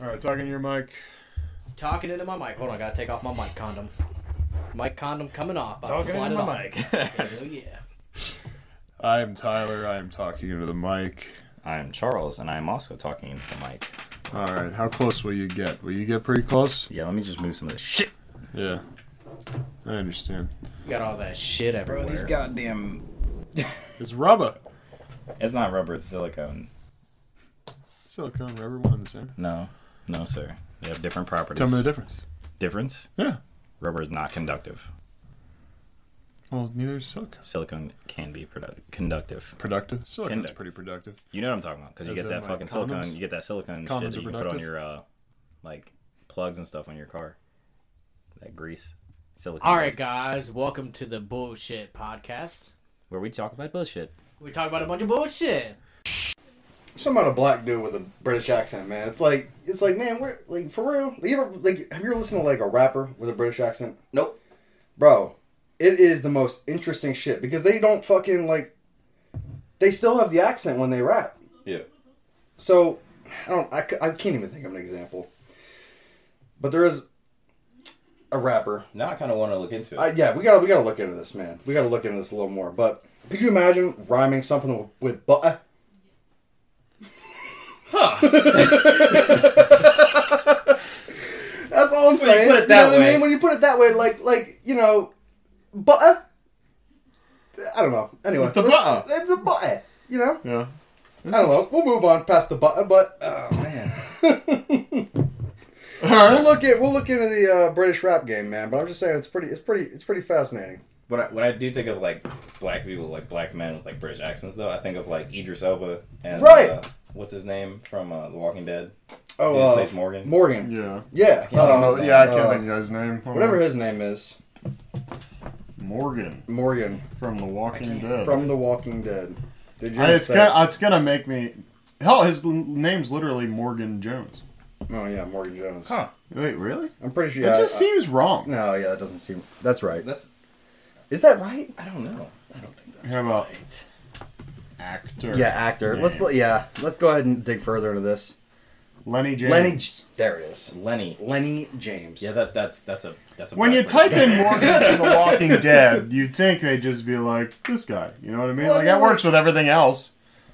All right, talking to your mic. Talking into my mic. Hold on, I gotta take off my mic condom. Mic condom coming off. I'll Talking slide it into off. my Oh mic. yeah. I am Tyler. I am talking into the mic. I'm Charles, and I'm also talking into the mic. All right, how close will you get? Will you get pretty close? Yeah, let me just move some of this shit. Yeah, I understand. You got all that shit everywhere. goddamn. It's rubber, It's not rubber, it's silicone. silicone, rubber, one and the same. No, no, sir. They have different properties. Tell me the difference. difference. Yeah. Rubber is not conductive. Well, neither is silicone. Silicone can be produ- conductive. Productive. Silicone's Kinda. pretty productive. You know what I'm talking about because you Is get it that like fucking condoms? silicone, you get that Condoms silicone shit are that you can put on productive? your uh, like plugs and stuff on your car. That grease, silicone. All right, does- guys, welcome to the bullshit podcast. where we talk about bullshit. We talk about a bunch of bullshit. Something about a black dude with a British accent, man. It's like it's like, man, we're like for real. Like, you ever like have you ever listened to like a rapper with a British accent? Nope. Bro, it is the most interesting shit because they don't fucking like they still have the accent when they rap. Yeah. So I don't I, c- I can't even think of an example. But there is a rapper Now I kind of want to look into it. uh, yeah, we gotta we gotta look into this, man. We gotta look into this a little more. But could you imagine rhyming something with, with bu- uh, That's all I'm saying. put it that you know what I way. mean? When you put it that way, like like you know, butter. I don't know. Anyway, The butter. It's a butter. You know. Yeah. I don't know. We'll move on past the butter, but oh man. All right. We'll look at we'll look into the uh, British rap game, man. But I'm just saying it's pretty it's pretty it's pretty fascinating. when I, when I do think of like black people, like black men with like British accents, though, I think of like Idris Elba and Right. uh, what's his name from uh, The Walking Dead? Oh, Yeah, uh, plays Morgan. Morgan. Yeah. Yeah. I don't Oh, know. yeah, I can't uh, think of his name. Hold Whatever on. his name is, Morgan Morgan from The Walking Dead. from The Walking Dead. Did you I- it's say- gonna, it's gonna make me. Hell, his l- name's literally Morgan Jones. Oh yeah, Morgan Jones. Huh. Wait, really? I'm pretty sure. That Yeah, just I- seems wrong. no, yeah, that doesn't seem. That's right. That's Is that right? I don't know. I don't think that's How about right. actor? Yeah, actor. Let's Name. yeah, let's go ahead and dig further into this. Lenny James. Lenny, J- there it is. Lenny. Lenny James. Yeah, that that's that's a that's a. When you black type person. in Morgan from The Walking Dead, you think they'd just be like this guy. You know what I mean? Well, I like mean, that works like- with everything else.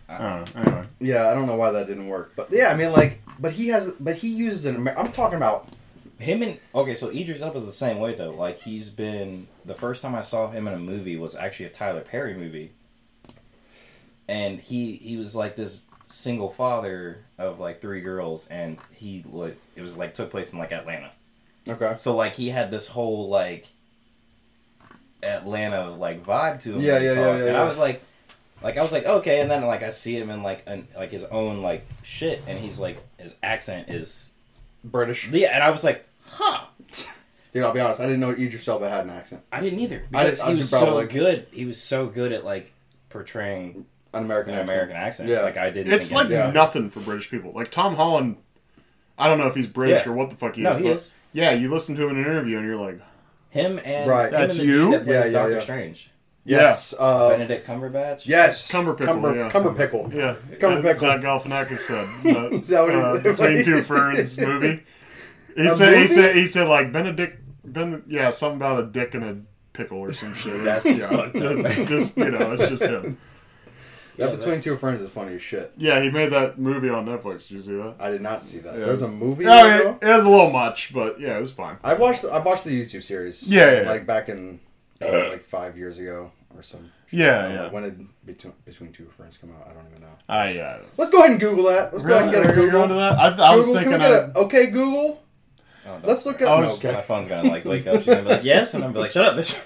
Uh, I don't know. Anyway, yeah, I don't know why that didn't work, but yeah, I mean, like, but he has, but he uses an. Amer- I'm talking about him and okay, so Idris Elba's the same way though. Like he's been the first time I saw him in a movie was actually a Tyler Perry movie, and he he was like this single father of like three girls, and he like it was like took place in like Atlanta. okay. So like he had this whole like Atlanta like vibe to him. Yeah, when he yeah, yeah, talked. yeah, And yeah. I was like, like I was like, okay. And then like I see him in like an, like his own like shit, and he's like his accent is British. yeah. And I was like, huh. Dude, I'll be honest. I didn't know Idris Elba had an accent, I didn't either I because did- I he did was so probably- good. He was so good at like portraying an American an accent. American accent. Yeah. Like I didn't. it's think I like did. Yeah. nothing for British people. Like Tom Holland, I don't know if he's British Yeah. or what the fuck he No, is. he but is. Yeah, you listen to him in an interview and you're like, him and Right. him That's and the dude you? That plays Yeah, yeah, Doctor yeah. Strange. Yes. Uh, Benedict Cumberbatch. yes. Cumber pickle, Cumber, yeah. Cumber pickle. yeah, Come that pickle. Zach Galifianakis said uh, Is that what he- uh, what between he- two ferns movie. He A said he movie? said he said like Benedict Ben yeah something about a dick and a pickle or some shit. That's It's- yeah, fucked up. just you know it's just him. That Yeah, between two friends is funny as shit. Yeah, he made that movie on Netflix. Did you see that? I did not see that. Yeah, There's it a was- movie. Oh, Yeah, I you mean, know? it was a little much, but yeah, it was fine. I watched. The, I watched the YouTube series. Yeah, yeah, yeah. like back in uh, like five years ago or some. I Yeah, don't know. yeah. When did between, between two friends come out? I don't even know. I uh, yeah. Let's go ahead and Google that. Let's go ahead and get a Really? Are you Google. going to that? I, I was Google, thinking. can we get I, a, okay, Google. Oh, no. Let's look at. I was- no, My phone's gonna like wake up. She's gonna be like, "Yes," and I'm gonna be like, "Shut up, bitch."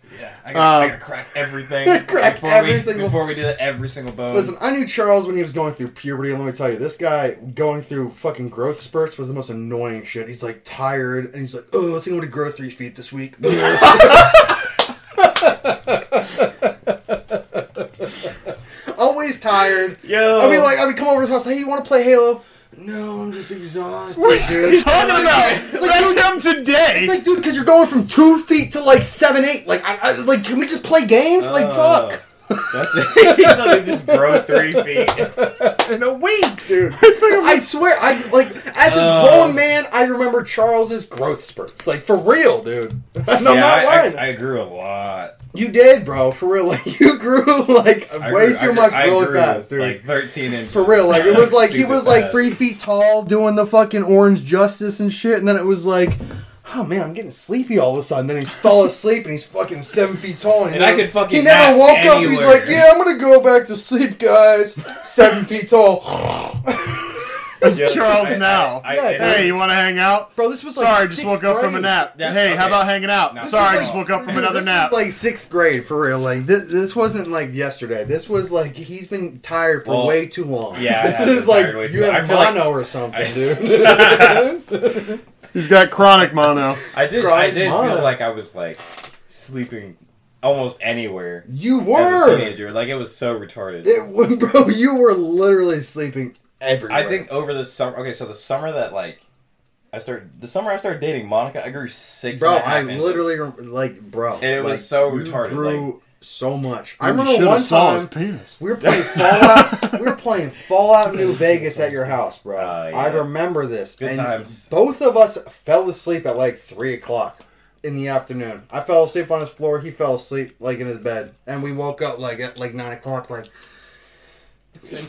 yeah, I gotta, I Um, gotta crack everything. Crack before every we, single- Before we do that, every single bone. Listen, I knew Charles when he was going through puberty, and let me tell you, this guy going through fucking growth spurts was the most annoying shit. He's like tired, and he's like, "Oh, I think I'm gonna grow three feet this week." I'll Always tired. Yo. I mean, like, I would come over to the house. Hey, you want to play Halo? No, I'm just exhausted. dude. He's talking about It's like, dude, that's him today. it's like, dude, because you're going from two feet to like seven, eight. Like, I, I, like, can we just play games? Like, Uh, fuck. That's it. He suddenly just grow three feet. in a week, dude. I swear, I like as a Uh. grown man, I remember Charles's growth spurts, like for real, dude. And I'm yeah, not I, lying. I, I grew a lot. you did, bro, for real. Like you grew like I way grew- I too grew- much, I really grew, fast, dude. Like thirteen inches. for real, like it was like he Stupid was like fast. three feet tall doing the fucking orange justice and shit, and then it was like, oh man, I'm getting sleepy all of a sudden. Then he fell asleep and he's fucking seven feet tall, And I could fucking he never nap woke up. He's anywhere. like, yeah, I'm gonna go back to sleep, guys. Seven feet tall. It's Yeah. Charles I- now. I- I- hey, you want to hang out? Bro, this was like Sorry, just sixth woke up from a grade. nap. That's- hey, how okay. about hanging out? No. Sorry, This just was woke up from Dude, another this nap. was like sixth grade for real. Like this, this wasn't like yesterday. This was like he's been tired for Well, way too long. yeah, I have this is been like tired way too you long. have I feel like- mono or something, I- dude. He's got chronic mono. I did. I Crying did mud. feel like I was like sleeping almost anywhere you as a were. teenager. Like it was so retarded. It wa- bro, you were literally sleeping everywhere. I think over the summer. Okay, so the summer that like I started, the summer I started dating Monica, I grew six. bro, and a half I inches. literally rem- like, bro, And it was like, so you retarded, Grew like- so much. I You remember should one have saw time his penis. We were playing Fallout. we were playing Fallout New Vegas at your house, bro. Oh, yeah. I remember this. Good and times. Both of us fell asleep at like three o'clock in the afternoon. I fell asleep on his floor. He fell asleep like in his bed, and we woke up like at like nine o'clock. Like,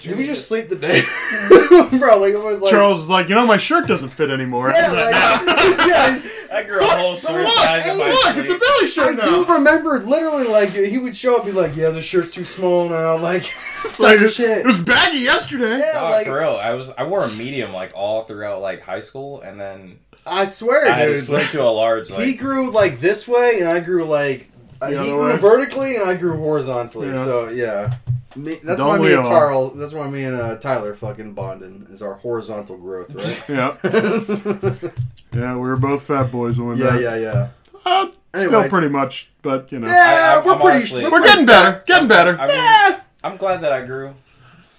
did we just sleep the day, bro? Like it was like Charles is like, you know, my shirt doesn't fit anymore. Yeah, like, yeah, I grew a whole But summer look, size hey, in my look, it's a sleep. belly I shirt do now. remember literally like he would show up and be like, "Yeah, this shirt's too small now." Like, It's like, like It shit. was baggy yesterday. Yeah, Dog, like- for real, I was I wore a medium like all throughout like high school, and then I swear, I had dude. to switch to a large. Like, he grew like this way, and I grew like uh, The he other grew way. vertically, and I grew horizontally. Yeah. So yeah, me, that's Don't why me we and all? Tarl, that's why me and uh, Tyler fucking bonded is our horizontal growth, right? Yeah, yeah, we were both fat boys when we yeah, met. yeah, yeah. Uh, Anyway. Still pretty much, but you know, Yeah, I- I'm- we're I'm pretty. honestly- we're we're pretty getting better. Getting better. I mean, Yeah. I'm glad that I grew.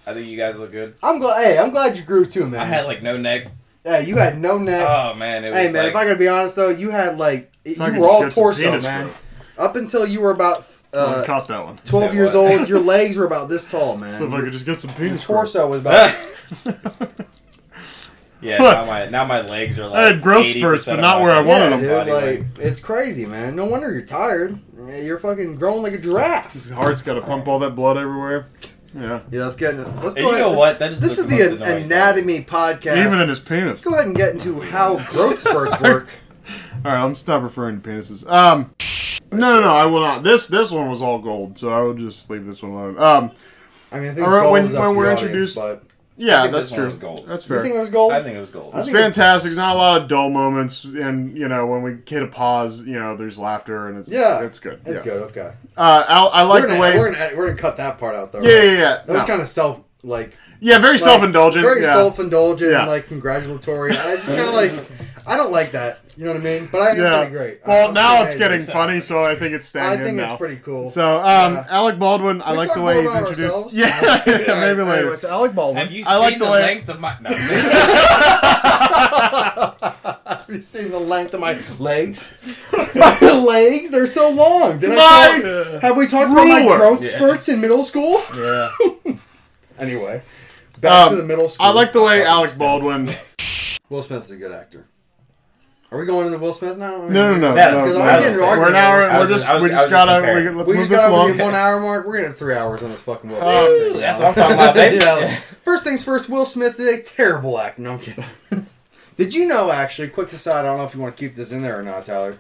I think you guys look good. I'm glad. Hey, I'm glad you grew too, man. I had like no neck. hey, you had no neck. Oh man, it was hey, man. like if I gotta be honest though, you had like you I could were just all get some torso, penis man. growth. Up until you were about I uh, caught that one. twelve Say years what? old, your legs were about this tall, man. So if I could just get some your penis growth. torso was about. yeah. Now my now my legs are like. I had growth 80% spurts, of but not my where I body wanted Yeah, them. dude, weight. like it's crazy, man. No wonder you're tired. Yeah, You're fucking growing like a giraffe. His heart's got to pump all that blood everywhere. Yeah, Yeah, let's get. Let's go. And you ahead. know let's- what? That is This the is the most annoying anatomy podcast. even in his penis. let's go ahead and get into how growth spurts work. All right, I'm stop referring to penises. Um, no, no, no, I will not. This this one was all gold, so I will just leave this one alone. Um, I mean, I think All right, gold when- is up when to we're the audience, introduced- but yeah, think that's this one true. was gold. That's you fair. think it was gold? I think it was gold. I It's think it- fantastic. Not a lot of dull moments, and you know when we hit a pause, you know there's laughter, and it's Yeah. it's good. it's yeah. good. Okay, Uh, I, I like we're, the gonna, way. we're, gonna, we're gonna cut that part out though. yeah, right? yeah, yeah. That was No. kind of self like yeah, very like, self-indulgent. very yeah. self-indulgent, Yeah. and like congratulatory. I just kind of like, I don't like that. You know what I mean? But I think it's yeah. pretty great. Well, I'm now pretty it's happy. getting so. funny, so I think it's I staying in think now. it's pretty cool. So, um, Yeah. Alec Baldwin, I We like talk the more way he's about introduced. ourselves. Yeah, Alright, yeah, maybe anyway, later. so Alec Baldwin. Have you I seen like the the, way- length of my? No. Have you seen the length of my legs? my legs, they're so long. Did I My tell- have we talked about my ruler. growth Yeah. spurts in middle school? yeah. Anyway, back to Um, the middle school. I like the way Alec Stinks. Baldwin. Will Smith is a good actor. Are we going into Will Smith now? No, no, no. Yeah, no, because no. I'm getting we're an arguing hour. with We're myself. just. I was- we I just was gotta. just we, comparing. let's We move just this got over along. the one hour mark. We're gonna three hours on this fucking Will Um, Smith. thing That's now. what I'm talking about, baby. Yeah. First things first, Will Smith is a terrible actor. No, I'm kidding. Did you know, actually, quick aside, I don't know if you want to keep this in there or not, Tyler.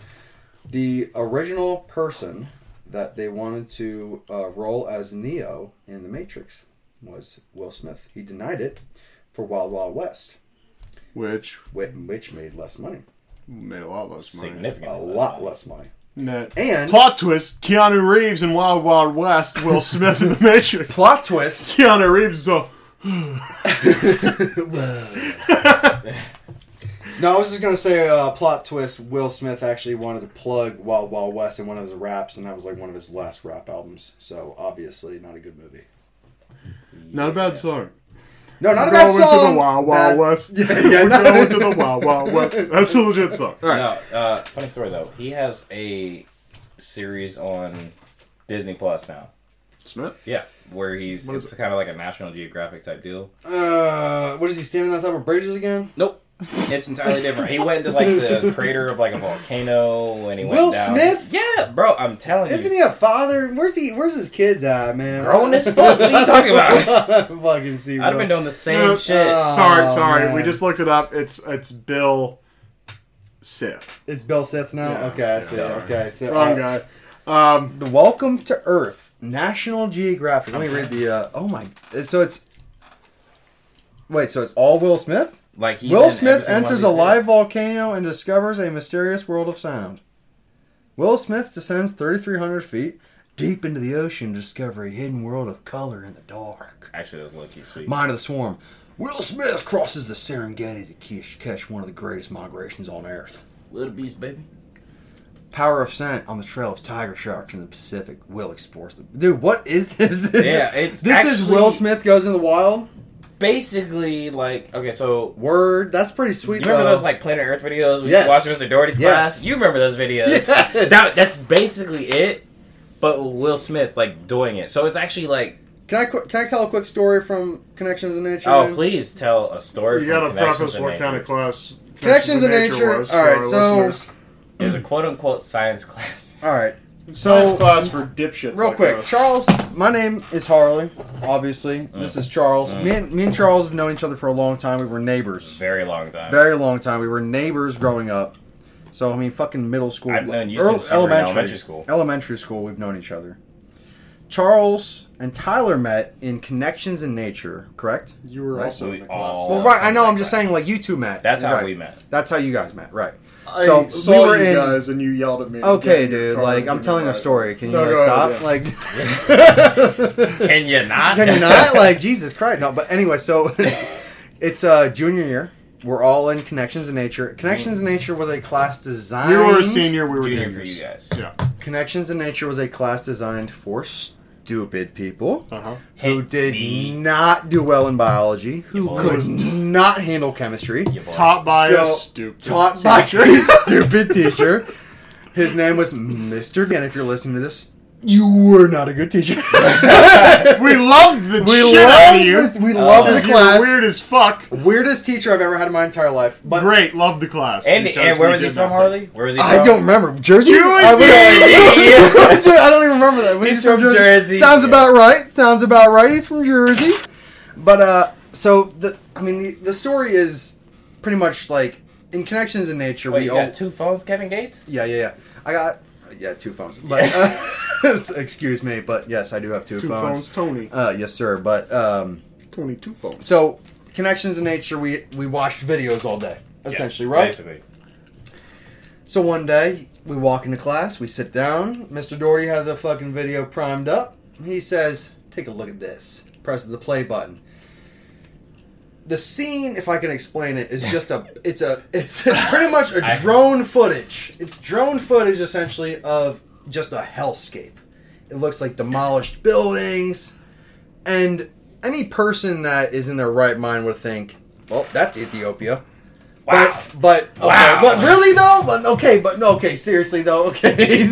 The original person that they wanted to uh, roll as Neo in The Matrix was Will Smith. He denied it for Wild Wild West, Which whi- which made less money. made a lot less money. Significant. A lot less money. No. And Plot twist: Keanu Reeves in Wild Wild West. Will Smith in The Matrix. plot twist. Keanu Reeves. Uh, No, I was just gonna say uh, plot twist. Will Smith actually wanted to plug Wild Wild West in one of his raps, and that was like one of his last rap albums. So obviously, not a good movie. not a bad song. No, not a We're bad going to song. the Wild Wild Bad- West. Yeah, yeah, We're not- going to the Wild Wild West. That's a legit song. All right. No, uh, funny story though. He has a series on Disney Plus now Smith? Yeah, where he's What is it's kind of like a National Geographic type deal. Uh, what is he standing on top of bridges again? Nope, it's entirely different. He went to like the crater of like a volcano, and he Will went down. Smith? Yeah, bro, I'm telling Isn't you, he a father? Where's he? Where's his kids at, man? grown as fuck. What are you talking about? I don't fucking see. I'd have bro. been doing the No, same shit. uh, sorry, Oh, sorry. man. We just looked it up. It's it's Bill Sith. It's Bill Sith now. Yeah. okay, that's Yeah. it. Okay, so Wrong uh, guy. Um, The Welcome to Earth, National Geographic. Let me read the. Uh, oh my! So it's. Wait, so it's all Will Smith. like he's in Will every Smith single one of enters these a videos. live volcano and discovers a mysterious world of sound. Will Smith descends 3,300 feet deep into the ocean to discover a hidden world of color in the dark. Actually, that was lucky sweet. Mind of the Swarm. Will Smith crosses the Serengeti to catch, catch one of the greatest migrations on Earth. Little beast, baby. Power of Scent on the trail of tiger sharks in the Pacific. Will explores them. Dude, what is this? Yeah, it's this is actually- Will Smith goes in the wild. Basically, like okay, so Word, that's pretty You sweet. remember though. those like Planet Earth videos we Yes. watched Mr. Doherty's Yes. class? You remember those videos? Yes. That, that's basically it, but Will Smith like doing it. So it's actually like, Can I qu- can I tell a quick story from Connections in Nature? oh, man? please tell a story. you from gotta Connections preface in what Nature. kind of class Connections in Nature. was All right, for our so- listeners. It was a quote unquote science class. All right. Science So class for dipshits. real like quick, us. Charles. My name is Harley. Obviously, this Uh, is Charles. Me and me and Charles have known each other for a long time. We were neighbors, Very long time. very long time. We were neighbors growing up. So I mean, fucking middle school, I've known you earl- since you were in elementary school. Elementary school, we've known each other. Charles and Tyler met in Connections in Nature, correct? You were Right. also in We the all- class. Well, right. I know. I'm like just that. saying, like you two met. That's how Right. we met. That's how you guys met, right? I so, we saw were you in- guys and you yelled at me. Okay, Get in your dude. car Like, and I'm get telling in a the story. ride. Can you No, like go stop? ahead, yeah. Like, Can you not? can you not? Like, Jesus Christ! No, but anyway, so it's uh junior year. We're all in Connections in Nature. Connections in Nature was a class designed. we were a senior. We were Junior for juniors. you guys. Yeah. Connections in Nature was a class designed for stupid people Uh huh. who Hit did me. not do well in biology, who boy. could not handle chemistry. You boy. Taught by So, a stupid. taught by teacher. a stupid teacher. His name was Mr. Again, if you're listening to this, you were not a good teacher. we loved the we shit out love of you. the, we love the Because you were class. Weird as fuck. Weirdest teacher I've ever had in my entire life. But Great. Loved the class. And, because and where we was he did from, nothing. Harley? Where was he from? I don't remember Jersey. Jersey! I, was- I don't even remember that. Was He's he from Jersey. Sounds about right. Sounds about right. He's from Jersey. But uh, so the I mean the, the story is pretty much like in connections in nature. Wait, we you all got two phones, Kevin Gates? Yeah, yeah, yeah. I got yeah two phones, but uh, excuse me, but yes, I do have two, Two phones. phones, Tony. Uh, yes, sir. But um, Tony, two phones. so connections in nature. We we watched videos all day, essentially, Yeah, right? Basically. So one day we walk into class, we sit down. Mr. Doherty has a fucking video primed up. He says, "Take a look at this." Presses the play button. The scene, if I can explain it, is just a it's a it's pretty much a I- drone footage. It's drone footage essentially of just a hellscape. It looks like demolished buildings, and any person that is in their right mind would think, "Well, that's Ethiopia." Wow. But, but okay, Wow. but really though, but okay, but no, okay, seriously though, okay,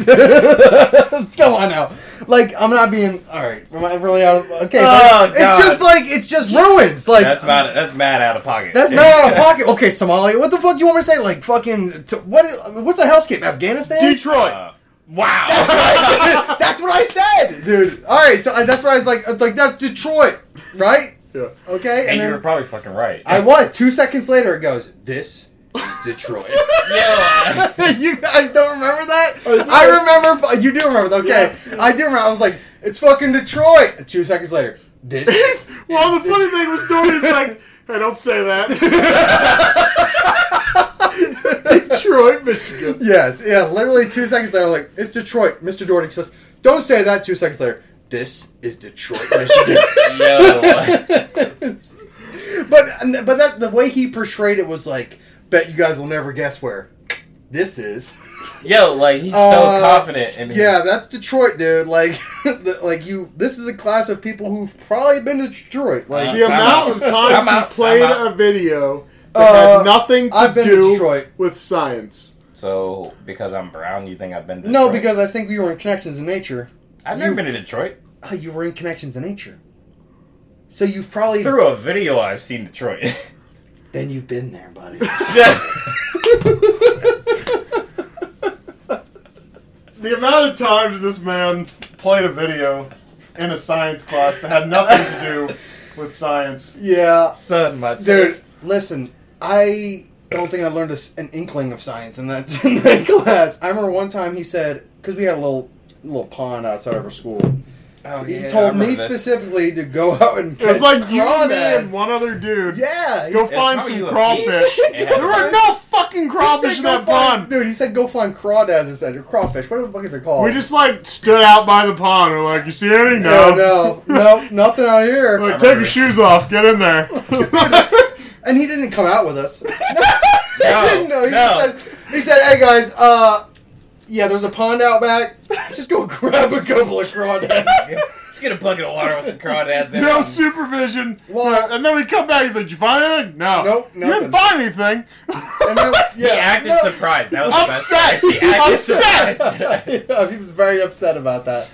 come on now, like I'm not being all right. Am I really out of okay? Oh, but God. it's just like it's just ruins. Like that's about that's mad out of pocket. that's not out of pocket. Okay, Somalia, what the fuck do you want me to say? Like fucking t- what? is- What's a hellscape? Afghanistan? Detroit. Uh, wow. that's what I said, dude. All right, so I, that's what I was like. It's like that's Detroit, right? yeah. Okay, and and, you then were probably fucking right. I was two seconds later. It goes this is Detroit. yeah. you guys don't remember that? I Oh, do. I remember. You do remember, that, okay? I do remember. I was like, it's fucking Detroit. And two seconds later, this. is- well, the funny thing was, Tony's like, "Hey, don't say that." Detroit, Michigan. yes, yeah. Literally two seconds later, like it's Detroit. Mr. Jordan says, "Don't say that." Two seconds later, this is Detroit, Michigan. Yo. but and th- but that the way he portrayed it was like, bet you guys will never guess where this is. Yo, like he's Uh, so confident in his Yeah, that's Detroit, dude. Like, the, like you. This is a class of people who've probably been to Detroit. Like, Uh, The Time amount out. of times Time he out. played Time out. a video that Uh, had nothing to I've been to do Detroit. with science. So because I'm brown, you think I've been to No, Detroit? because I think we were in connections in nature. I've never you- been to Detroit. oh, you were in connections in nature. So you've probably Through a video I've seen Detroit. then you've been there, buddy. The amount of times this man played a video in a science class that had nothing to do with science. yeah, Son, my dude. chest. Listen, I don't think I learned a s an inkling of science in that in that class. I remember one time he said because we had a little little pond outside of our school. Oh, He yeah, I told remember me this. specifically to go out and catch It's like you me, and crawdads. one other dude. Yeah, Go he- find probably some you and crawfish. me. Yeah. There were no fucking he crawfish said in go that find- pond. dude. He said go find crawdads instead or crawfish, whatever the fuck is they're called. We just like stood out by the pond. We're like, you see any? no, No, no, no, nothing out here. Like, I take your remember. shoes off. Get in there. And he didn't come out with us. no, No, he didn't know. no. He, just said, he said, hey guys, uh, yeah, there's a pond out back. Just go grab a couple of crawdads. Just get a bucket of water with some crawdads in no it. supervision. Well- and then we come back. He's like, "Did you find anything? No. Nope, You didn't nothing. find anything. And then, yeah, He acted no- surprised. That was Upset. the best. He acted Upset. surprised. yeah, he was very upset about that.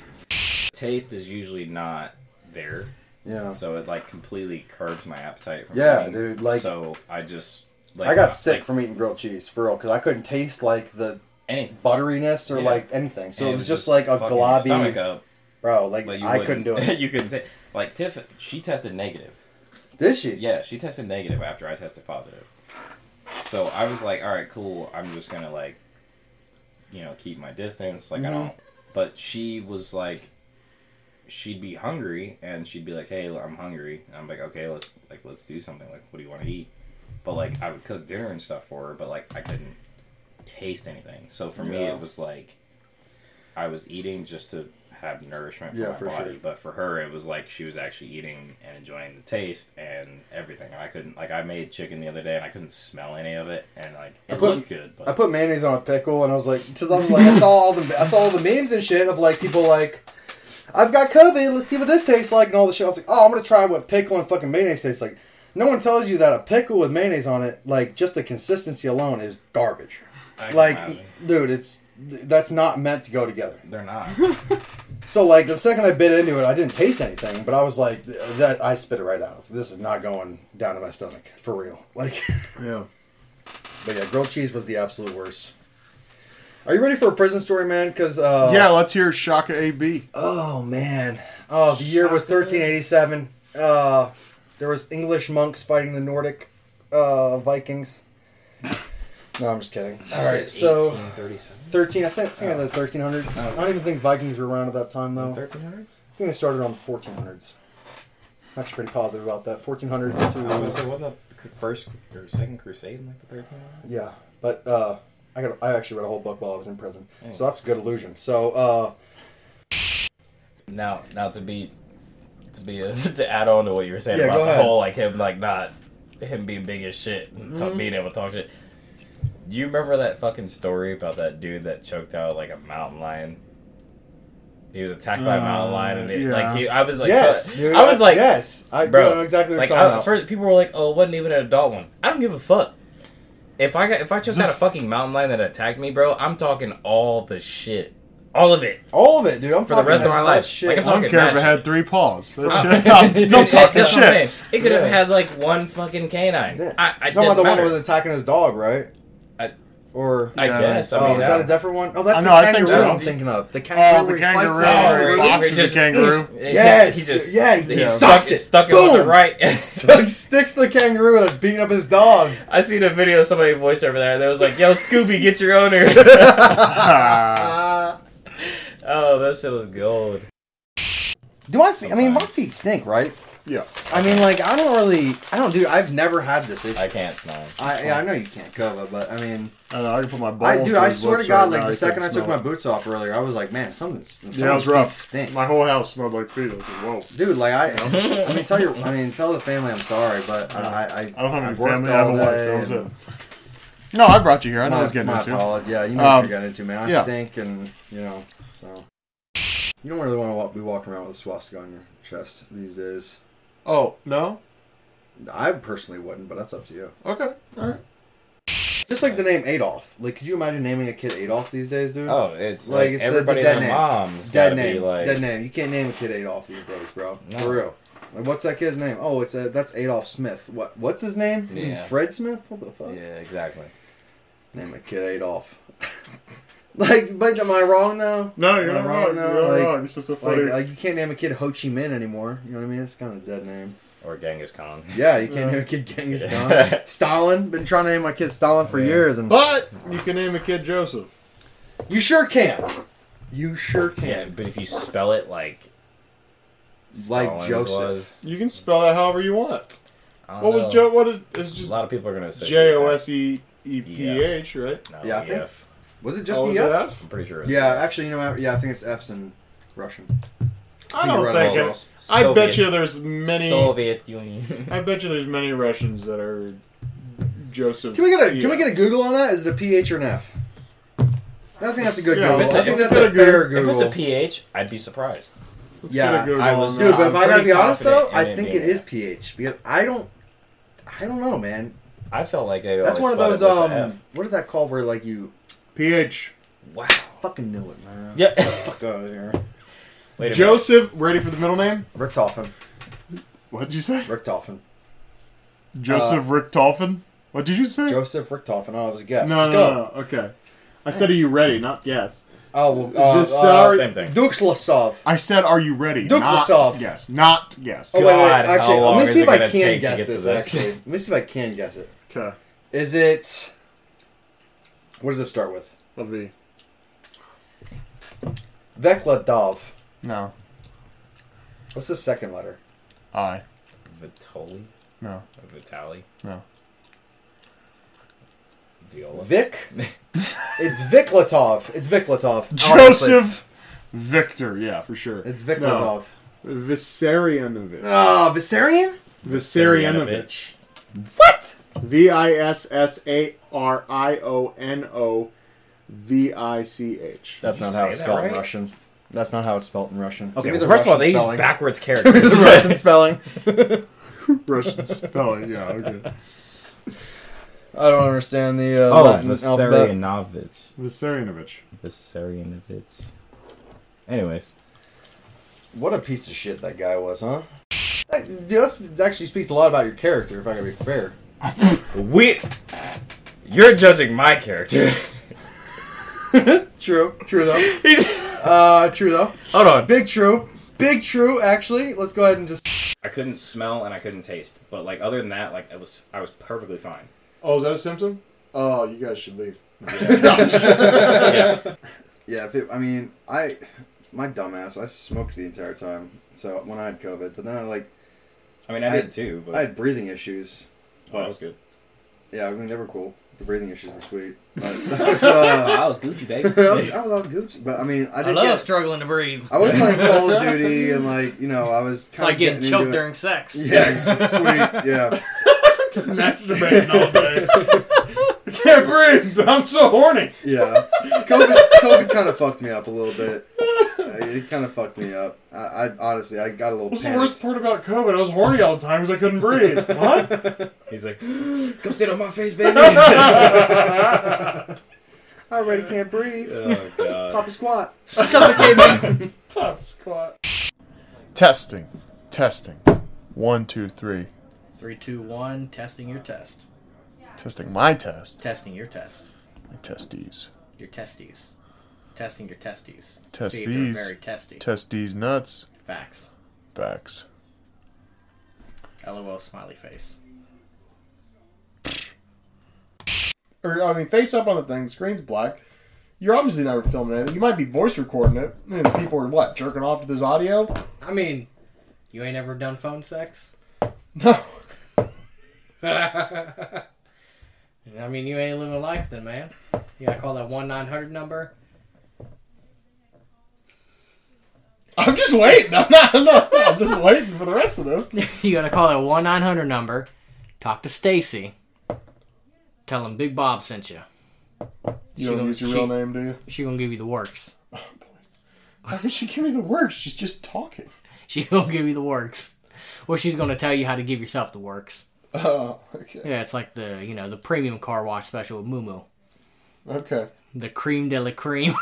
Taste is usually not there, Yeah. so it like completely curbs my appetite. From Yeah, eating. dude, like- so I just like I got uh, sick like, from eating grilled cheese, for real, because I couldn't taste, like, the anything. butteriness or, Yeah. like, anything. So And it was just, like, a fucking your stomach globby. up. Bro, like, But you I couldn't do wouldn't- it. you couldn't take like Tiff. She tested negative. Did she? Yeah, she tested negative after I tested positive. So I was like, all right, cool. I'm just gonna like, you know, keep my distance. Like Mm-hmm. I don't. But she was like, she'd be hungry and she'd be like, hey, I'm hungry. And I'm like, okay, let's like let's do something. Like, what do you want to eat? But like, I would cook dinner and stuff for her, but like I couldn't taste anything. So for me, Yeah. it was like, I was eating just to have nourishment for Yeah, my for body, sure. but for her it was like she was actually eating and enjoying the taste and everything. And I couldn't like I made chicken the other day and I couldn't smell any of it and like it put- looked good, but I put mayonnaise on a pickle, and I was like, because I was like, I saw all the I saw all the memes and shit of like people like, I've got COVID. Let's see what this tastes like, and all the shit. I was like, oh, I'm gonna try what pickle and fucking mayonnaise tastes like. No one tells you that a pickle with mayonnaise on it, like just the consistency alone, is garbage. I can Like, imagine. dude, it's that's not meant to go together. they're not. So like the second I bit into it, I didn't taste anything, but I was like, that I spit it right out. So this is not going down to my stomach for real. Like, Yeah. but yeah, grilled cheese was the absolute worst. Are you ready for a prison story, man? Because uh, Yeah. Let's hear Shaka AB. Oh man. Oh, the year was 1387. Uh, there was English monks fighting the Nordic uh, Vikings. No, I'm just kidding. All right, so 1837? 13. I think, I think it was the 1300s. I don't even think Vikings were around at that time though. 1300s? I think they started around the 1400s. I'm actually pretty positive about that. 1400s I was gonna say to wasn't the cru- first or second crusade in like the 1300s? yeah, but uh, I got I actually read a whole book while I was in prison, Mm. so that's a good illusion. So uh, Now now to be to be a, to add on to what you were saying Yeah, about go the ahead. whole like him like not him being big as shit and Mm-hmm. talk, being able to talk shit. You remember that fucking story about that dude that choked out like a mountain lion? He was attacked by a mountain Uh, lion, and it, yeah. like he, I was like, yes, so- dude, I was like, yes, I bro, know exactly what like you're talking I, about. first people were like, oh, it wasn't even an adult one. I don't give a fuck. If I got if I choked out a fucking mountain lion that attacked me, bro, I'm talking all the shit, all of it. All of it, dude. I'm For the fucking- rest of my that life. Shit. Like, I'm I don't Talking care if mad it shit. had three paws. That shit. Uh, I'm, don't talk that's what I'm saying. shit. It could Yeah. have had like one fucking canine. Yeah. I, I You're talking about the didn't one that matter. was attacking his dog, right? I- or I Yeah. guess. oh, I mean, uh, is that a different one? Oh, that's I the know, I think kangaroo so. I'm thinking of. The Oh, kangaroo. the he fights kangaroo. kangaroo. Boxes He a just- kangaroo. he- Yes. He just Yeah, he yeah. stuck Sucks it it. stuck it with the Boom. right. Stuck- sticks the kangaroo that's beating up his dog. I seen a video of somebody voice over there that was like, "Yo, Scooby, get your owner." Ah. Uh, oh, that shit was gold. do my feet? I mean, my feet stink, right? yeah. I mean, like, I don't really. I don't, dude. I've never had this issue. I I, can't smile. yeah, I know you can't cover, but I mean, I, don't know, I can put my balls. I, dude, through I his swear to lips God, right now, like the he second I can't took smell my boots off earlier, I was like, man, something. it. yeah, it was rough. Stink. My whole house smelled like Fritos. Whoa. Dude, like I, I mean, tell your, I mean, tell the family I'm sorry, but I, I, I don't have any I've worked family. I have a all wife. day That was it. and No, I brought you here. I know My, I was getting my into. apology. Yeah, you know Um, what you're getting into, man. I yeah. stink, and you know, so you don't really want to walk, be walking around with a swastika on your chest these days. Oh no. I personally wouldn't, but that's up to you. Okay. All right. Just like the name Adolf. Like, could you imagine naming a kid Adolf these days, dude? Oh, it's like, like, it's, everybody it's a dead and their name. mom's dead gotta name. be like dead name. You can't name a kid Adolf these days, bro. No. For real. Like, what's that kid's name? Oh, it's a, that's Adolf Smith. What? What's his name? Hmm, Yeah. Fred Smith. What the fuck? Yeah, exactly. Name a kid Adolf. like, but am I wrong now? No, you're Am I not wrong. now? You're not Like- wrong. It's just so Like, funny. like, you can't name a kid Ho Chi Minh anymore. You know what I mean? It's kind of a dead name. Or Genghis Khan. Yeah, you can't Yeah. name a kid Genghis Khan. Yeah. Stalin. Been trying to name my kid Stalin for Yeah. years, and but you can name a kid Joseph. you sure can. You sure Yeah, can. but if you spell it like Like Collins Joseph. was, You can spell that however you want. I don't What was know. Joe? What is it was A just lot of people are gonna say J O S E E P H, right? No, Yeah, I think- EF. Was it just oh, was the F? it F? I'm pretty sure. it's- Yeah, actually, you know, what? yeah, I think it's F's in Russian. I Think don't about it think all, it. Ross. I bet Soviet- you there's many. Soviet Union. I bet you there's many Russians that are Joseph. Can we get a Can we get a Google on that? Is it a PH or an F? I think that's a good Yeah, Google. if it's I a- think if that's it's a a Google- fair if Google. it's a PH, I'd be surprised. yeah, Google I on was- that. Dude, but if I'm I gotta pretty be honest though, confident in I it think being it is F. PH because I don't, I don't know, man. I felt like they That's one always of those spelled it with um, what is that called where like you PH. the F. fucking knew it, man. Wow. Yeah. Fuck out of here. Wait a minute. Joseph, ready for the middle name? Richtofen. What did you say? Richtofen. Uh, Joseph Richtolfen? What did you say? Joseph Richtofen. Oh, I was a guess. no, no, Let's no, go. no. Okay. I said, are you ready? Not yes. Oh, well, uh, This, uh, uh, Same thing. Duxlasov. I said, are you ready? Duke not Lasoff. yes. Not yes. Oh wait, wait, God, how actually, long let me is see it if I gonna can take to guess get to this, this? Actually, let me see if I can guess it. Okay. Is it? What does it start with? Let me. Vekladov. No. What's the second letter? I. Vitoli? No. Vitali? No. Viola? Vic. it's Viklatov. It's Viklatov. Joseph Victor. Yeah, for sure. It's No. Viklatov. Vissarionovich. Ah, Viserion. Vissarionovich. What? V I S S A R I O N O V I C H. That's Did not you how say it's that spelled in right? Russian. That's not how it's spelled in Russian. Okay, Give me the well, first of all, Russian they use spelling. backwards Give me characters. the Russian spelling. Russian spelling. Yeah, okay. I don't understand the uh, oh, Latin alphabet. Vissarionovich. Vissarionovich. Vissarionovich. Anyways. What a piece of shit that guy was, huh? That, dude, that's, that actually speaks a lot about your character, if I can be fair. We. You're judging my character. True, true though. He's- Uh, true though. Hold on. Big true, big true. Actually, let's go ahead and just. I couldn't smell and I couldn't taste, but like other than that, like it was I was perfectly fine. Oh, is that a symptom? Oh, you guys should leave. Yeah. Yeah, if it, I mean, I, my dumbass, I smoked the entire time. So when I had COVID, but then I like, I mean, I, I- did too, but I had breathing issues. oh, that was good. Yeah, I mean they were cool. The breathing issues were sweet. But that was, uh, was Gucci, baby. I was, I was all Gucci, but I mean, I I, did. love get, struggling to breathe. I was playing Call of Duty and like you know I was. It's like getting into choked it. during sex. Yeah, it's sweet. Yeah. Just masturbating all day. Can't breathe. I'm so horny. Yeah, COVID, COVID kind of fucked me up a little bit. Uh, It kind of fucked me up. I, I honestly, I got a little. What's the panicked. worst part about COVID? I was horny all the time because I couldn't breathe. What? He's like, come sit on my face, baby. oh I already can't breathe. Oh, god. Pop a squat. Suffocate me. Pop squat. Testing. Testing. One, two, three. Three, two, one. Testing your test. Testing my test. Testing your test. My testes. Your testes. Testing your testes. Test See, these. They're very testy. Testes nuts. Facts. Facts. LOL smiley face. Or, I mean, face up on the thing. The screen's black. You're obviously never filming it. You might be voice recording it. And people are, what, jerking off to this audio? I mean, you ain't ever done phone sex? No. I mean, you ain't living life then, man. You gotta call that 1 900 number. I'm just waiting. I'm not. I'm, not, I'm just waiting for the rest of this. you gotta call that 1 900 number. Talk to Stacy. Tell him Big Bob sent you. You She don't gonna- use your she- real name, do you? She gonna give you the works. How could she give me the works? She's just talking. She gonna give you the works. Or she's gonna tell you how to give yourself the works. Oh, okay. Yeah, it's like the you know the premium car wash special of Mumu, Okay. the cream de la cream.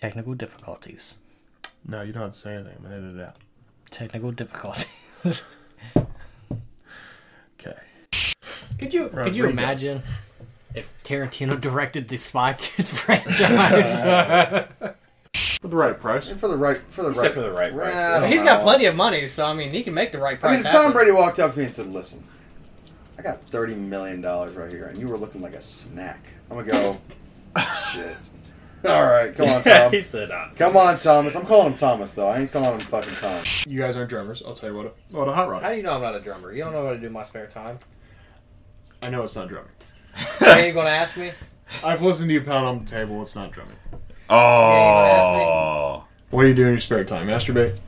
Technical difficulties. No, you don't have to say anything. I'm gonna edit it out. Technical difficulties. Okay. Could you could you Rodriguez. imagine if Tarantino directed the Spy Kids franchise? For the right price. And for the right, for the right, Except for the right price. Well, yeah. He's got plenty of money, so I mean he can make the right I mean, price. if Tom happen. Brady walked up to me and said, "Listen, I got thirty million dollars right here, and you were looking like a snack," I'm gonna go, "Shit." All right, come on, he Tom. said, uh, Come on, Thomas. I'm calling him Thomas though. I ain't calling him fucking Tom. You guys aren't drummers. I'll tell you what. A, what a hot How rod. do you know I'm not a drummer? You don't know what I do in my spare time. I know it's not drumming. Are you gonna ask me? I've listened to you pound on the table. It's not drumming. Oh. What do you do in your spare time? Masturbate?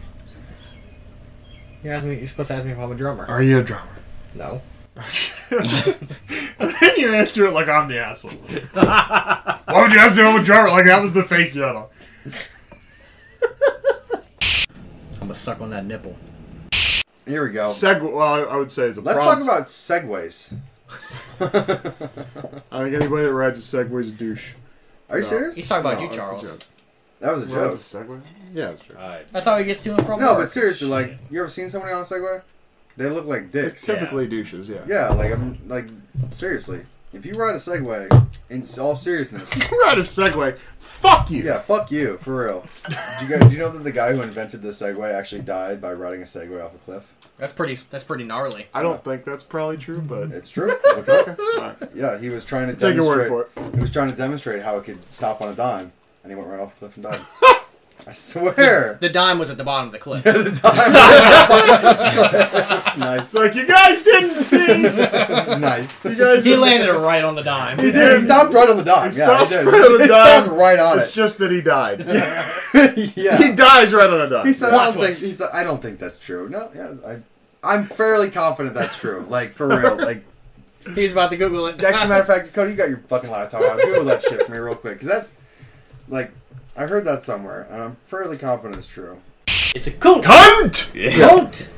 You asked me. You're supposed to ask me if I'm a drummer. Are you a drummer? No. And then you answer it like I'm the asshole. Why would you ask me if I'm a drummer? Like that was the face you had on. I'm gonna suck on that nipple. Here we go. Seg. Well, I, I would say is a Let's talk prompt. about segways. I think anybody that rides a Segway is a douche. Are you No. serious? He's talking about No, you, that's a Charles. joke. That was a Well, joke. Uh, that's a Segway. Yeah, it's true. Alright. That's how he gets to and from. No, work. but seriously, like, you ever seen somebody on a Segway? They look like It's dicks. typically douches. Yeah. Yeah, like I'm like seriously. If you ride a Segway, in all seriousness, You ride a Segway. Fuck you. yeah, fuck you for real. Do you, guys, do you know that the guy who invented the Segway actually died by riding a Segway off a cliff? that's pretty. That's pretty gnarly. I don't think that's probably true, but It's true. Look it up. all right. Yeah, he was trying to take your word demonstrate. for it. He was trying to demonstrate how it could stop on a dime, and he went right off a cliff and died. I swear. The dime was at the bottom of the cliff. nice, It's like you guys didn't see. You nice. guys. he didn't landed see. it right on the dime. He Yeah, did. he stopped right on the dime. He yeah, stopped he did. right on the He dime. stopped right on It's just that he died. it. yeah. He dies right on a dime. He said, Plot "I don't twist. think." He said, "I don't think that's true." No, yeah, I, I'm fairly confident that's true. Like for real. Like, He's about to Google it. actually, matter of fact, Cody, you got your fucking laptop out. Google that shit for me real quick, because that's like I heard that somewhere, and I'm fairly confident it's true. it's a cool Cunt. Don't.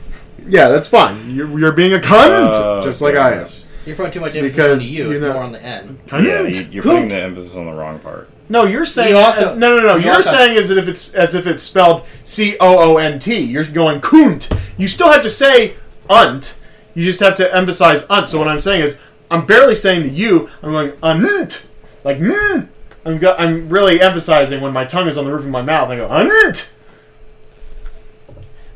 Yeah, that's fine. You're, you're being a cunt, Oh, just like I am. gosh. You're putting too much emphasis Because, on the U. you It's know- more on the N. Yeah, Cunt. you, you're putting the emphasis on the wrong part. No, you're saying You also- as- no, no, no. you You're also- saying as if it's as if it's spelled C O O N T. You're going kunt. You still have to say unt. You just have to emphasize unt. So what I'm saying is, I'm barely saying the U. I'm going unt, like mm. I'm go- I'm really emphasizing when my tongue is on the roof of my mouth. I go unt.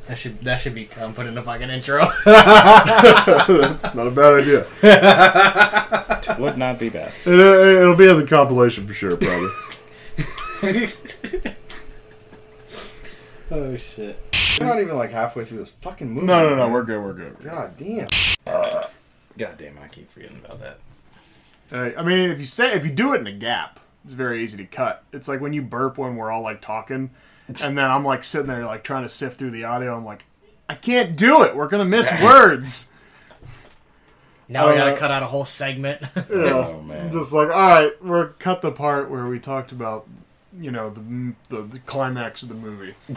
That should that should be um, I'm putting a fucking intro. That's not a bad idea. Would not be bad. It, uh, it'll be in the compilation for sure, probably. oh shit. We're not even like halfway through this fucking movie. no, no, no. We're good. We're good. God damn. God damn, I keep forgetting about that. Uh, I mean, if you say if you do it in a gap, it's very easy to cut. It's like when you burp when we're all like talking, and then I'm like sitting there like trying to sift through the audio. I'm like, I can't do it. We're gonna miss words. Now we gotta Uh, cut out a whole segment. Oh, man. I'm just like, all right, we're cut the part where we talked about, you know, the m- the, the climax of the movie.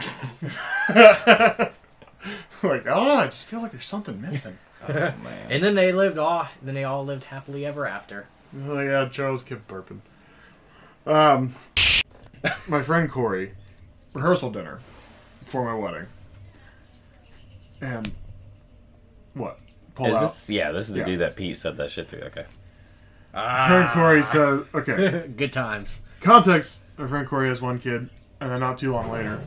like, oh, I just feel like there's something missing. Oh, man. and then they lived all then they all lived happily ever after. Oh yeah, Charles kept burping. Um, my friend Corey, rehearsal dinner for my wedding, and what? Pull Is out. this, yeah, this is the Yeah. dude that Pete said that shit to. Okay. My friend Ah. Corey says, "Okay, Good times. context." My friend Corey has one kid, and then not too long later,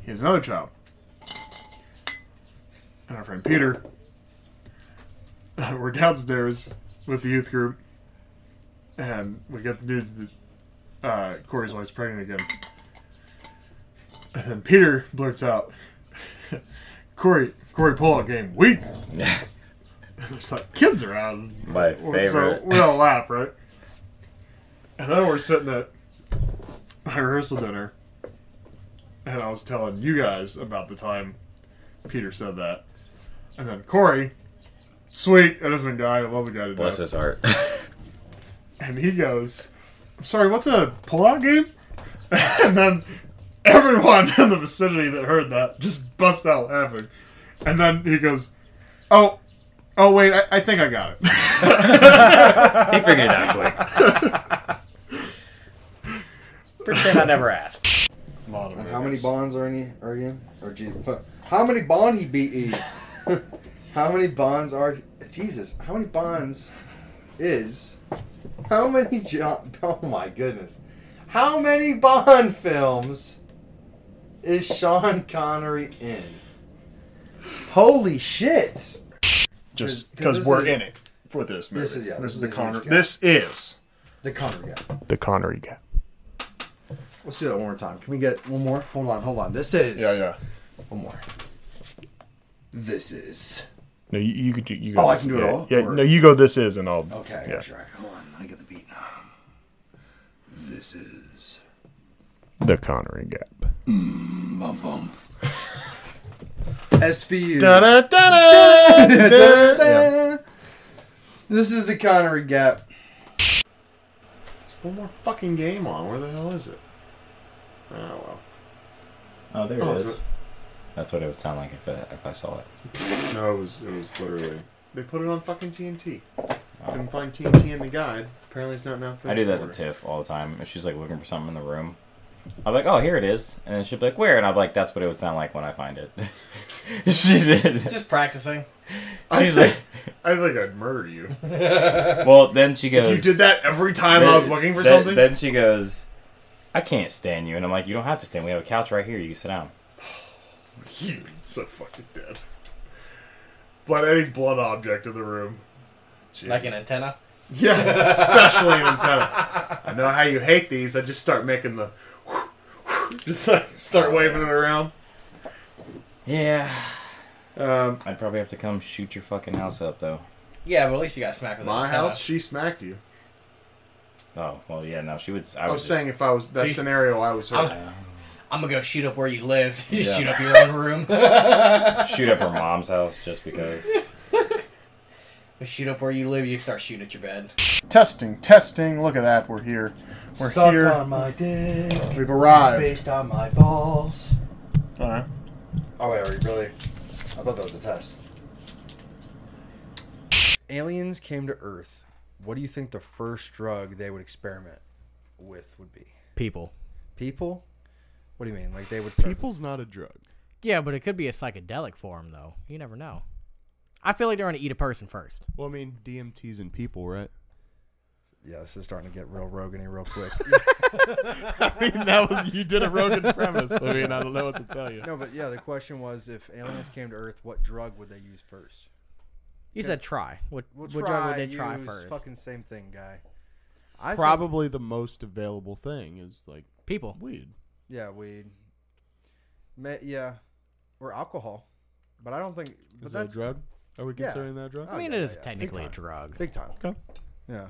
he has another child, and our friend Peter. We're downstairs with the youth group, and we got the news that uh, Corey's wife's pregnant again. And then Peter blurts out, "Corey, Corey, pull out game week." And it's like kids around. My So favorite. we all laugh, right? And then we're sitting at my rehearsal dinner, and I was telling you guys about the time Peter said that, and then Corey, sweet, innocent guy, I love the guy to Bless death, his heart. and he goes, "I'm sorry, what's a pullout game?" And then everyone in the vicinity that heard that just bust out laughing. And then he goes, "Oh, oh wait, I, I think I got it." He figured it out quick. Pretend I never asked. Lot of And how many movies. bonds are any are you? Or Jesus, how many bond he beat? E? how many bonds are Jesus? How many bonds is? How many John? Oh my goodness! How many Bond films is Sean Connery in? Holy shit! Just 'Cause- 'cause because this we're is- in it for this movie. This is, yeah, the this is Connery. Hitchcock. This is The Connery guy. the Connery gap. Let's do that one more time. Can we get one more? Hold on, hold on. This is Yeah, yeah. one more. This is No, you, you could. You, you go Oh, I this- can do it yeah, all? Yeah, Or- no, you go. This is, and I'll. okay. I yeah. got you right. Hold on, I get the beat. This is The Connery gap. Bum bum. SVU. Yeah. This is the Connery Gap. One more fucking game on. Where the hell is it? Oh well. Oh, there Oh, it it's is. That's what it would sound like if, I if I saw it. No, it was it was literally. They put it on fucking TNT. Couldn't find TNT in the guide. Apparently, it's not enough. I do that to Tiff all the time. If she's like looking for something in the room, I'm like, "Oh, here it is," and then she'll be like, "Where?" And I'm like, "That's what it would sound like when I find it." she's Just practicing. she's like, I think I'd murder you. "Well," then she goes, you did that every time I was looking for then- something. Then she goes, "I can't stand you," and I'm like, "You don't have to stand. We have a couch right here. You can sit down." you so fucking dead. But any blunt object in the room. Like an antenna. Yeah, especially an antenna. I know how you hate these. I just start making the. Just like start waving it around. Yeah, Um, I'd probably have to come shoot your fucking house up though. Yeah, but at least you got smacked with an my antenna. house, she smacked you. Oh well, yeah, no, she would. I, I would was just- saying if I was that See? scenario, I was her. I'm- I'm gonna go shoot up where you live. You Yeah. shoot up your own room. shoot up her mom's house just because. You shoot up where you live. You start shooting at your bed. Testing, testing. Look at that. We're here. We're Suck here. on my dick, We've arrived. based on my balls. All right. Oh wait, are you really? I thought that was a test. Aliens came to Earth. What do you think the first drug they would experiment with would be? People. People? What do you mean? Like they would start? not a drug. Yeah, but it could be a psychedelic form, though. You never know. I feel like they're gonna eat a person first. Well, I mean, DMT's in people, right? Yeah, this is starting to get real rogany real quick. I mean, that was you did a Rogan premise. I mean, I don't know what to tell you. no, but yeah, the question was if aliens came to Earth, what drug would they use first? You said try. What, We'll what drug would they try use first? Fucking same thing, guy. I think- Probably the most available thing is like People. weed. yeah, weed. Ma yeah, or alcohol, but I don't think. But Is that a that's drug? Are we Yeah. considering that a drug? Oh, I mean, yeah, it yeah, is yeah. Big technically a time. drug. big time. Okay. Yeah.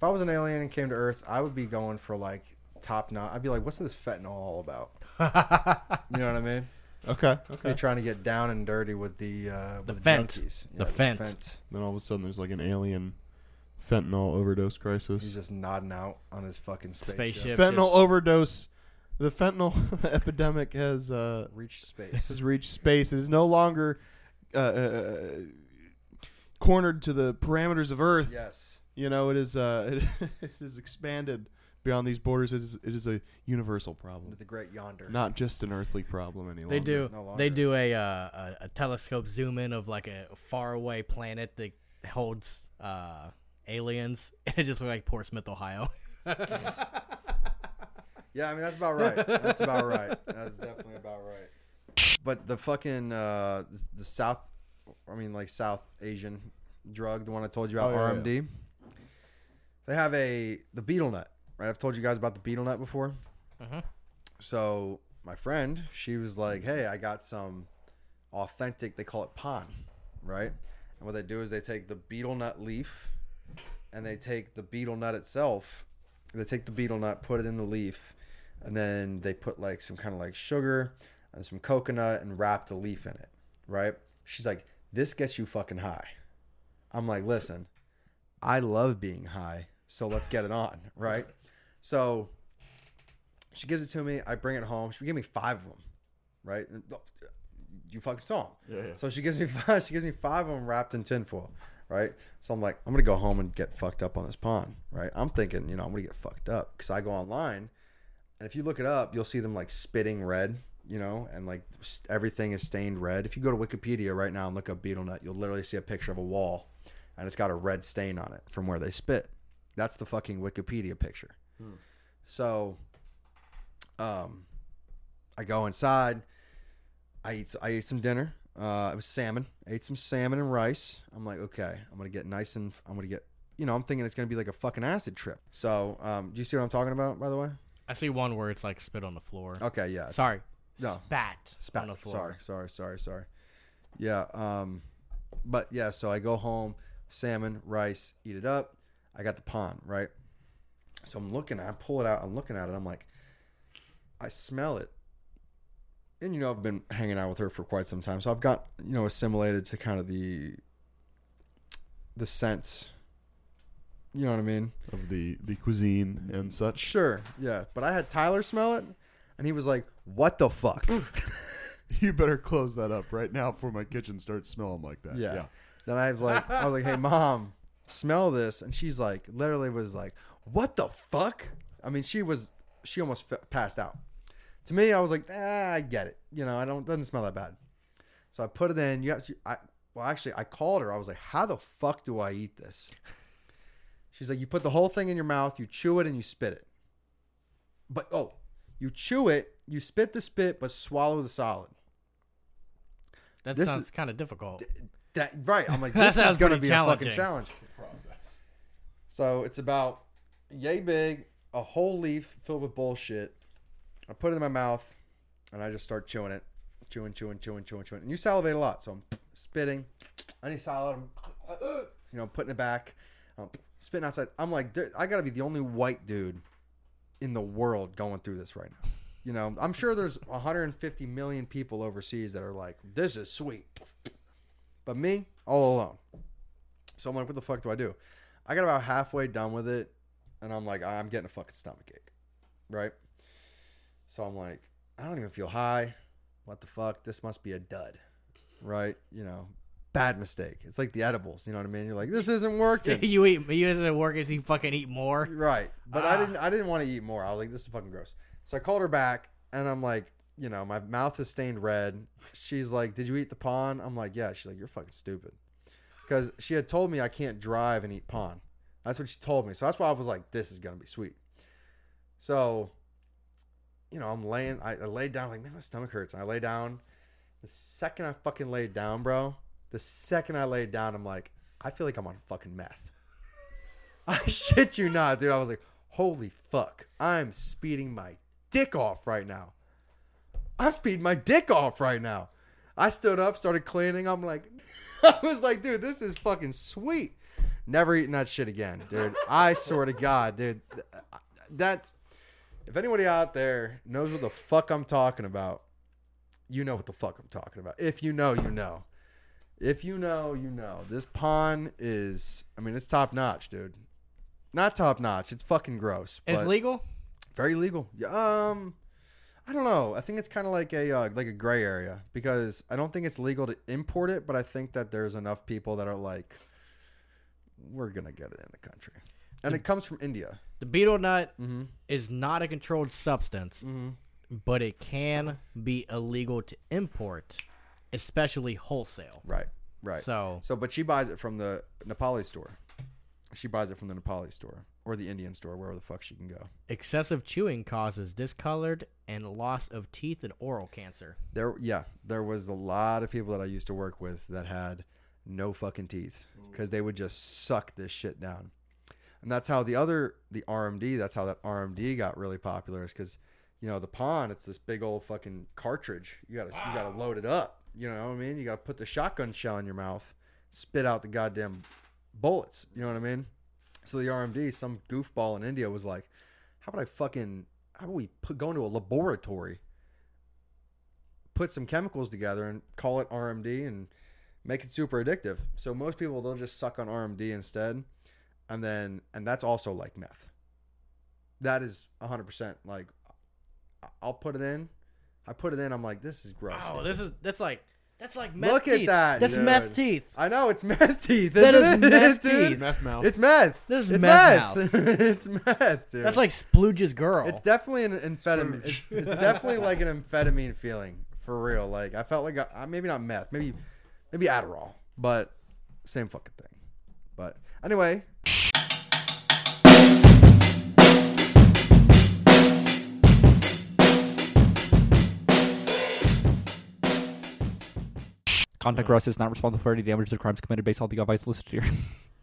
If I was an alien and came to Earth, I would be going for like top knot. I'd be like, "What's this fentanyl all about?" you know what I mean? Okay. They're Okay. trying to get down and dirty with the uh, with the, fent. junkies. The fent. Then all of a sudden, there's like an alien fentanyl overdose He's crisis. just nodding out on his fucking spaceship. Spaceship. Fentanyl overdose. The fentanyl epidemic has uh, Reach space. has reached space. It is no longer uh, uh, cornered to the parameters of Earth. yes. You know, it is uh, it, it is expanded beyond these borders. It is it is a universal problem, Into the great yonder. not just an earthly problem anymore. They do. no they longer. do a, uh, a a telescope zoom in of like a faraway planet that holds uh, aliens, and it just looked like Port Smith, Ohio. Yeah, I mean that's about right. That's about right. That's definitely about right. But the fucking uh, the South, I mean like South Asian drug, the one I told you about, Oh, yeah, RMD. They have a the betel nut, right? I've told you guys about the betel nut before. Uh-huh. So my friend, she was like, "Hey, I got some authentic. They call it pan, right? And what they do is they take the betel nut leaf, and they take the betel nut itself. They take the betel nut, put it in the leaf, and then they put like some kind of like sugar and some coconut and wrap the leaf in it, right? She's like, "This gets you fucking high." I'm like, "Listen, I love being high, so let's get it on, right?" So she gives it to me. I bring it home. She gave me five of them, right? you fucking saw them. Yeah, yeah. So she gives me five. She gives me five of them wrapped in tinfoil, right? So I'm like, I'm gonna go home and get fucked up on this pond, right? I'm thinking, you know, I'm gonna get fucked up because I go online, and if you look it up, you'll see them like spitting red, you know, and like s- everything is stained red. If you go to Wikipedia right now and look up beetle nut, you'll literally see a picture of a wall, and it's got a red stain on it from where they spit. That's the fucking Wikipedia picture. Hmm. So, um, I go inside. I eat. I ate some dinner. Uh, it was salmon. I ate some salmon and rice. I'm like, okay, I'm gonna get nice and I'm gonna get. You know, I'm thinking it's gonna be like a fucking acid trip. So, um, do you see what I'm talking about? By the way. I see one where it's like spit on the floor. Okay. Yeah. it's- Sorry. No. Spat. Spat. on the floor. Sorry. Sorry. Sorry. Sorry. Yeah. Um, but yeah. So I go home. Salmon, rice, eat it up. I got the pond right. So I'm looking. I pull it out. I'm looking at it. I'm like, I smell it. And you know, I've been hanging out with her for quite some time, so I've got you know assimilated to kind of the the sense. You know what I mean? of the the cuisine and such. Sure, yeah. But I had Tyler smell it, and he was like, "What the fuck?" You better close that up right now before my kitchen starts smelling like that. Yeah. Then I was like, I was like, hey, mom, smell this. And she's like, literally was like, what the fuck? I mean, she was, she almost f- passed out. To me, I was like, ah, I get it. You know, I don't, doesn't smell that bad. So I put it in. You got, she, I, well, actually, I called her. I was like, how the fuck do I eat this? She's like, you put the whole thing in your mouth, you chew it, and you spit it. But, oh, you chew it, you spit the spit, but swallow the solid. That This sounds is- kind of difficult. That right. I'm like, That this is sounds going to pretty be a fucking challenging. challenge. So it's about yay big, a whole leaf filled with bullshit. I put it in my mouth, and I just start chewing it, chewing, chewing, chewing, chewing, chewing. And you salivate a lot, so I'm spitting. I need solid. I'm, you know, putting it back. I'm spitting outside. I'm like, there- I got to be the only white dude in the world going through this right now. You know, I'm sure there's 150 million people overseas that are like, this is sweet. But me, all alone. So I'm like, what the fuck do I do? I got about halfway done with it, and I'm like, I'm getting a fucking stomach ache, right? So I'm like, I don't even feel high. What the fuck? This must be a dud, right? You know, bad mistake. It's like the edibles. You know what I mean? You're like, this isn't working. you eat. You isn't work is you fucking eat more. Right. But I didn't I didn't want to eat more. I was like, this is fucking gross. So I called her back and I'm like, you know, my mouth is stained red. She's like, Did you eat the pawn? I'm like, Yeah. She's like, You're fucking stupid. Because she had told me I can't drive and eat pawn. That's what she told me. So that's why I was like, this is gonna be sweet. So, you know, I'm laying I, I laid down, like, man, my stomach hurts. And I lay down. The second I fucking laid down, bro, the second I laid down, I'm like, I feel like I'm on fucking meth. I shit you not, dude. I was like, holy fuck. I'm speeding my dick off right now. I'm speeding my dick off right now. I stood up, started cleaning. I'm like, I was like, dude, this is fucking sweet. Never eating that shit again, dude. I swear to God, dude. That's, if anybody out there knows what the fuck I'm talking about, you know what the fuck I'm talking about. If you know, you know. If you know, you know. This pawn is, I mean, it's top notch, dude. Not top notch. It's fucking gross. It's but- legal. very legal. Yeah, Um, I don't know. I think it's kind of like a uh, like a gray area because I don't think it's legal to import it, but I think that there's enough people that are like, we're gonna get it in the country, and it comes from India. The beetle nut Mm-hmm. is not a controlled substance, but it can be illegal to import, especially wholesale. Right. Right. So- so, but she buys it from the Nepali store. She buys it from the Nepali store or the Indian store, wherever the fuck she can go. Excessive chewing causes discolored and loss of teeth and oral cancer. There, yeah, there was a lot of people that I used to work with that had no fucking teeth because they would just suck this shit down, and that's how the other the RMD. That's how that RMD got really popular is because you know the pawn. It's this big old fucking cartridge. You gotta you gotta load it up. You know what I mean? You gotta put the shotgun shell in your mouth, spit out the goddamn bullets. You know what I mean? So the RMD, some goofball in India was like, "How about I fucking how about we put, go into a laboratory?" put some chemicals together and call it RMD and make it super addictive. So most people they'll just suck on RMD instead, and then and that's also like meth. That is hundred percent like I- I'll put it in. I put it in. I'm like, this is gross. Oh, this is that's like that's like meth Look at teeth. that, That's dude. meth teeth. I know it's meth teeth. That isn't is it, meth dude? teeth. Meth mouth. It's meth. This is it's meth it's meth, dude. That's like Splooge's girl. It's definitely an amphetamine. It's, it's definitely like an amphetamine feeling for real. Like I felt like I, maybe not meth, maybe maybe Adderall, but same fucking thing. But anyway, Contact Russ is not responsible for any damages or crimes committed based on the advice listed here.